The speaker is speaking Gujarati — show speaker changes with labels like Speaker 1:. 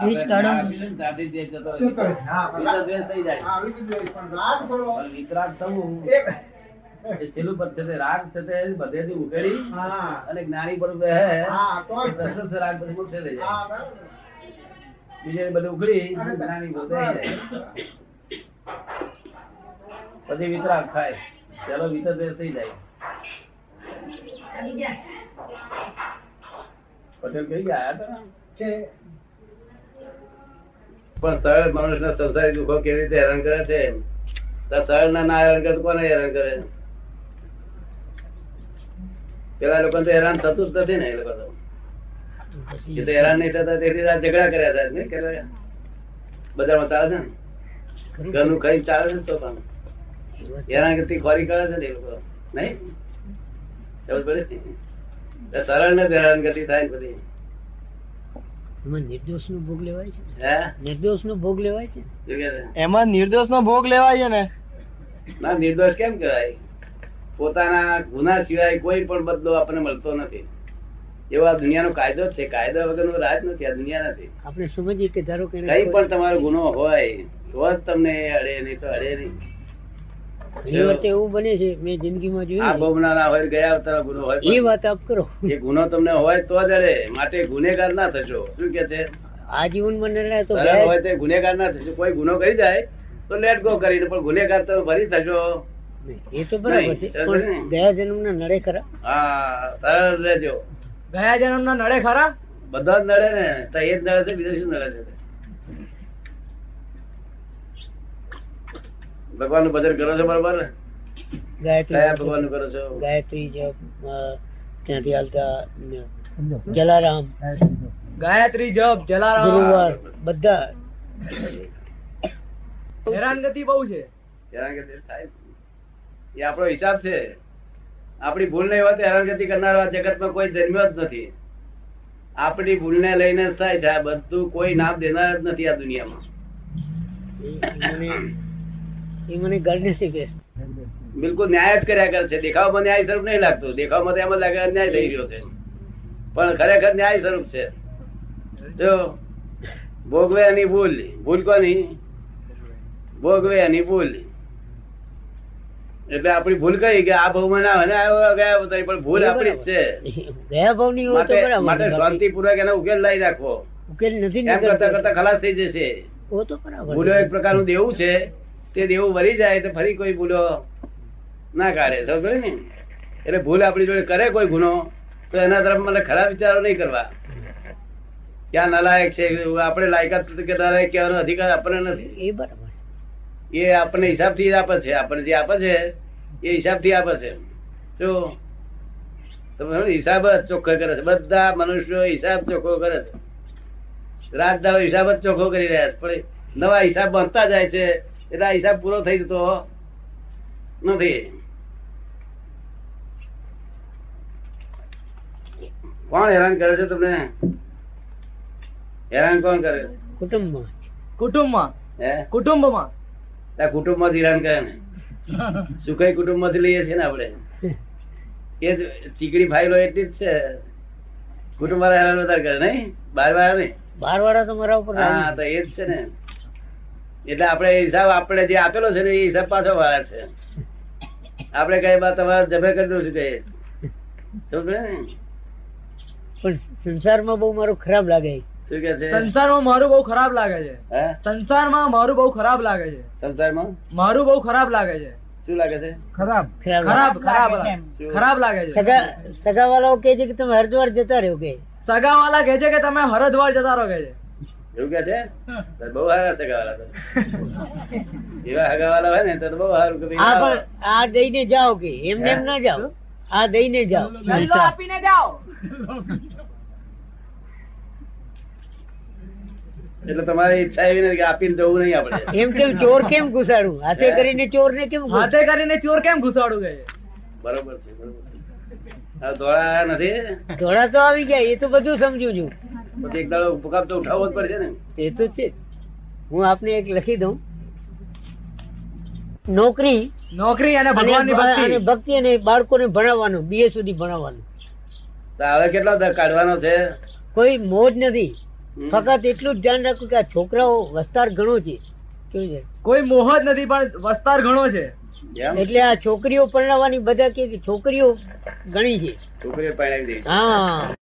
Speaker 1: દ્વેષ કાઢો
Speaker 2: ગાંધી દ્વેષ જતો હોય.
Speaker 3: શું કરે?
Speaker 2: હા, બીજો દ્વેષ થઈ જાય
Speaker 3: હા, વિકૃત હોય. પણ રાગ થોડો
Speaker 2: પણ વિતરાગ થવું
Speaker 3: એક
Speaker 2: એ છેલ્લું પદ છે તે રાગ છે તે બધેથી ઉકેલી
Speaker 3: હા
Speaker 2: અને જ્ઞાની પણ રહે
Speaker 3: હા તો જ.
Speaker 2: પ્રશસ્ત રાગ બધું મોક્ષે થઈ જાય
Speaker 3: હા, બરાબર.
Speaker 2: બીજે બધું ઉકળી જ્ઞાની પોતે થઈ જાય. પછી વિતરાગ થાય પેલો વિતર દ્વેષ થઈ જાય પટેલ કઈ ગયા હતા ને?
Speaker 3: છે.
Speaker 2: પણ સરળ મનુષ્ય સંસારી દુઃખો કેવી રીતે હેરાન કરે છે તો સરળ ના હેરાન કરે તો કોને હેરાન કરે પેલા લોકો તો હેરાન થતું જ નથી ને એ લોકો તો એ તો હેરાન નહીં થતા તેથી આ ઝઘડા કર્યા હતા નહીં કર્યા બજારમાં ચાલે છે ને ઘરનું ખાઈ ચાલે છે ને તો પણ હેરાન કરતી ખોરી કરે છે ને એ લોકો નહીં ખબર પડે તો સરળ ને જ હેરાન કરતી થાય ને બધી
Speaker 1: એમાં નિર્દોષ નો ભોગ લેવાય છે
Speaker 2: હે
Speaker 1: નિર્દોષ નો ભોગ લેવાય છે
Speaker 2: શું કહે છે?
Speaker 4: એમાં નિર્દોષ નો ભોગ લેવાય છે ને
Speaker 2: ના નિર્દોષ કેમ કહેવાય પોતાના ગુના સિવાય કોઈ પણ બદલો આપણને મળતો નથી એવો આ દુનિયાનો કાયદો જ છે કાયદા વગરનો રાજ નથી આ દુનિયા નથી
Speaker 1: આપણે સમજીએ કે ધારો કે એને
Speaker 2: કઈ
Speaker 1: કોઈ
Speaker 2: પણ તમારો ગુનો હોય તો જ તમને એ અડે નહીં તો અડે નહીં
Speaker 1: ઘણી વખતે એવું બને છે મેં જિંદગીમાં
Speaker 2: આ
Speaker 1: જોયું
Speaker 2: બમણાના હોય ગયા અવતારના ગુનો હોય
Speaker 1: ને, એ
Speaker 2: પણ
Speaker 1: વાત આપ કરો
Speaker 2: એ ગુનો તમને હોય તો જ અડે માટે ગુનેગાર ના થશો શું કે છે
Speaker 1: આ જીવનમાં નડ્યા તો
Speaker 2: સરળ હોય
Speaker 1: ગયા
Speaker 2: તો ગુનેગાર ના થશો કોઈ ગુનો કરી જાય તો લેટ ગો કરીને પણ ગુનેગાર તમે ફરી થશો
Speaker 1: નહીં, એ તો બરાબર છે
Speaker 2: નહીં, એ તો
Speaker 1: પણ
Speaker 2: નહીં.
Speaker 1: ગયા જન્મ ના નડે ખરા
Speaker 2: હા સરળ રહેજો
Speaker 4: ગયા જન્મ ના નડે ખરા
Speaker 2: બધા જ નડે ને તો એ જ નડે છે બીજું શું નડે છે ભગવાન નું ભજન કરો છો બરોબર ને કયા
Speaker 1: ગાયત્રી
Speaker 2: ભગવાન નું કરો છો
Speaker 1: ગાયત્રી જપ અ, ત્યાંથી હાલતા ને, જલારામ
Speaker 4: ગાયત્રી જપ જલારામ
Speaker 1: ગુરુવાર બધા
Speaker 4: હેરાનગતિ બહુ છે
Speaker 2: હેરાન થાય એ આપણો હિસાબ છે આપણી ભૂલ નહીં હોય તો હેરાનગતિ કરનારા જગતમાં કોઈ જન્મ્યો જ નથી આપણી ભૂલને લઈને જ થાય છે આ બધું કોઈ નામ દેનાર જ નથી આ દુનિયામાં
Speaker 1: એ મને એ મને ગણેશી બેસ્ટ
Speaker 2: બિલકુલ ન્યાય જ કર્યા કરે છે દેખાવમાં ન્યાય સ્વરૂપ નહીં લાગતું દેખાવમાં તો એમ જ લાગે અન્યાય થઈ રહ્યો છે પણ ખરેખર ન્યાય સ્વરૂપ છે જો ભોગવે એની ભૂલ ભૂલ કોની ભોગવે એની ભૂલ એટલે આપણી ભૂલ કઈ કે આ ભાવમાં ના હોય ને આ ગયા બધા પણ ભૂલ આપણી જ છે
Speaker 1: ગયા ભાવ ની હોય તો
Speaker 2: માટે માટે
Speaker 1: બરાબર
Speaker 2: શાંતિપૂર્વક એનો ઉકેલ લાવી રાખવો
Speaker 1: ઉકેલ નથી
Speaker 2: એમ કરતા કરતા
Speaker 1: નીકળતો
Speaker 2: ખલાસ થઈ જશે
Speaker 1: ઓ તો બરાબર
Speaker 2: ભૂલો એક પ્રકારનું દેવું છે તે દેવું વળી જાય તો ફરી કોઈ ભૂલો ના કાઢે સમજ પડી ને એટલે ભૂલ આપણી જોડે કરે કોઈ ગુનો તો એના તરફ મને ખરાબ વિચારો નહીં કરવા ક્યાં નલાયક છે એવું આપણે લાયકાત કે નાલાયક કહેવાનો અધિકાર આપણને નથી
Speaker 1: એ બરાબર
Speaker 2: એ આપણને હિસાબથી જ આપે છે આપણને જે આપે છે એ હિસાબથી આપે છે તો તમે સમજો ને? હિસાબ જ ચોખ્ખો કરે છે બધા મનુષ્યો હિસાબ ચોખ્ખો કરે છે રાત દાડો હિસાબ જ ચોખ્ખો કરી રહ્યા છે પણ નવા હિસાબ બનતા જાય છે એટલે આ હિસાબ પૂરો થઈ જતો નથી કોણ હેરાન કરે છે તમને હેરાન કોણ કરે
Speaker 1: કુટુંબમાં
Speaker 4: કુટુંબમાં
Speaker 2: હે
Speaker 4: કુટુંબમાં
Speaker 2: આ કુટુંબ માંથી હેરાન કરે ને સુખાઈ કુટુંબ માંથી લઈએ છીએ ને આપણે એ જ ચીકણી ફાઇલો એટલી જ છે કુટુંબ વાળા હેરાન વધારે કરે નહીં બાર વાર નહીં
Speaker 1: બાર વાળા તો મારા ઉપર
Speaker 2: હા તો એ જ છે ને એટલે આપણે એ હિસાબ આપણે જે આપેલો છે ને એ હિસાબ પાછો વાળા છે આપણે કઈ બાત તમારે જમે કરી દઉં છું કઈ સમજ પડી ને
Speaker 1: પણ સંસારમાં બહુ મારું ખરાબ લાગે
Speaker 2: શું કે છે
Speaker 4: સંસારમાં મારું બહુ ખરાબ લાગે છે
Speaker 2: હે
Speaker 4: સંસારમાં મારું બહુ ખરાબ લાગે છે
Speaker 2: સંસારમાં
Speaker 4: મારું બહુ ખરાબ લાગે છે
Speaker 2: શું લાગે છે
Speaker 3: ખરાબ
Speaker 1: ખરાબ
Speaker 4: ખરાબ ખરાબ લાગે.
Speaker 2: શું?
Speaker 4: ખરાબ લાગે
Speaker 1: લાગે.
Speaker 4: છે
Speaker 1: સગા સગા વાળાઓ કહે છે કે તમે હરિદ્વાર જતા રહ્યો કે
Speaker 4: સગા વાળા કે છે કે તમે હરદ્વાર જતા રહો કે છે
Speaker 2: એવું કે છે તો બહુ સારા સગાવાલા તો. એવા સગાવાલા હોય ને તો બહુ સારું કે ભાઈ
Speaker 1: આ
Speaker 2: આવો.
Speaker 1: પણ આ દઈને જાઓ કે એમને એમ ના જાઓ આ દઈને જાઓ
Speaker 4: ગલ્લો આપીને જાઓ
Speaker 2: એટલે તમારી ઈચ્છા એવી નથી કે આપીને જવું નહીં આપણે
Speaker 1: એમ કેમ ચોર કેમ ઘુસાડું હાથે કરીને ચોર ને કેમ ઘુસાડું?
Speaker 4: હાથે કરીને ચોર કેમ ઘુસાડું કે છે
Speaker 2: બરોબર છે બરોબર છે આ ધોળા આયા નથી
Speaker 1: ધોળા તો આવી ગયા એ તો બધું સમજુ છું
Speaker 2: પછી એક દાડો ભૂકંપ તો ઉઠાવવો જ પડશે ને
Speaker 1: એ તો છે જ. હું આપને એક લખી દઉં નોકરી
Speaker 4: નોકરી અને ભગવાનની
Speaker 1: અને અને
Speaker 4: ભક્તિ
Speaker 1: ભક્તિ અને બાળકોને ભણાવવાનું બીએ સુધી ભણાવવાનું
Speaker 2: તો હવે કેટલો દર કાઢવાનો છે
Speaker 1: કોઈ મોજ નથી
Speaker 2: હમ.
Speaker 1: ફક્ત એટલું જ ધ્યાન રાખવું કે આ છોકરાઓ વસ્તાર ઘણો છે કેવું છે
Speaker 4: કોઈ મોહ જ નથી પણ વસ્તાર ઘણો છે
Speaker 2: એમ?
Speaker 1: એટલે આ છોકરીઓ પરણાવવાની બધા કહે કે છોકરીઓ ઘણી છે
Speaker 2: છોકરીઓ પરણાવી દે છે.
Speaker 1: હા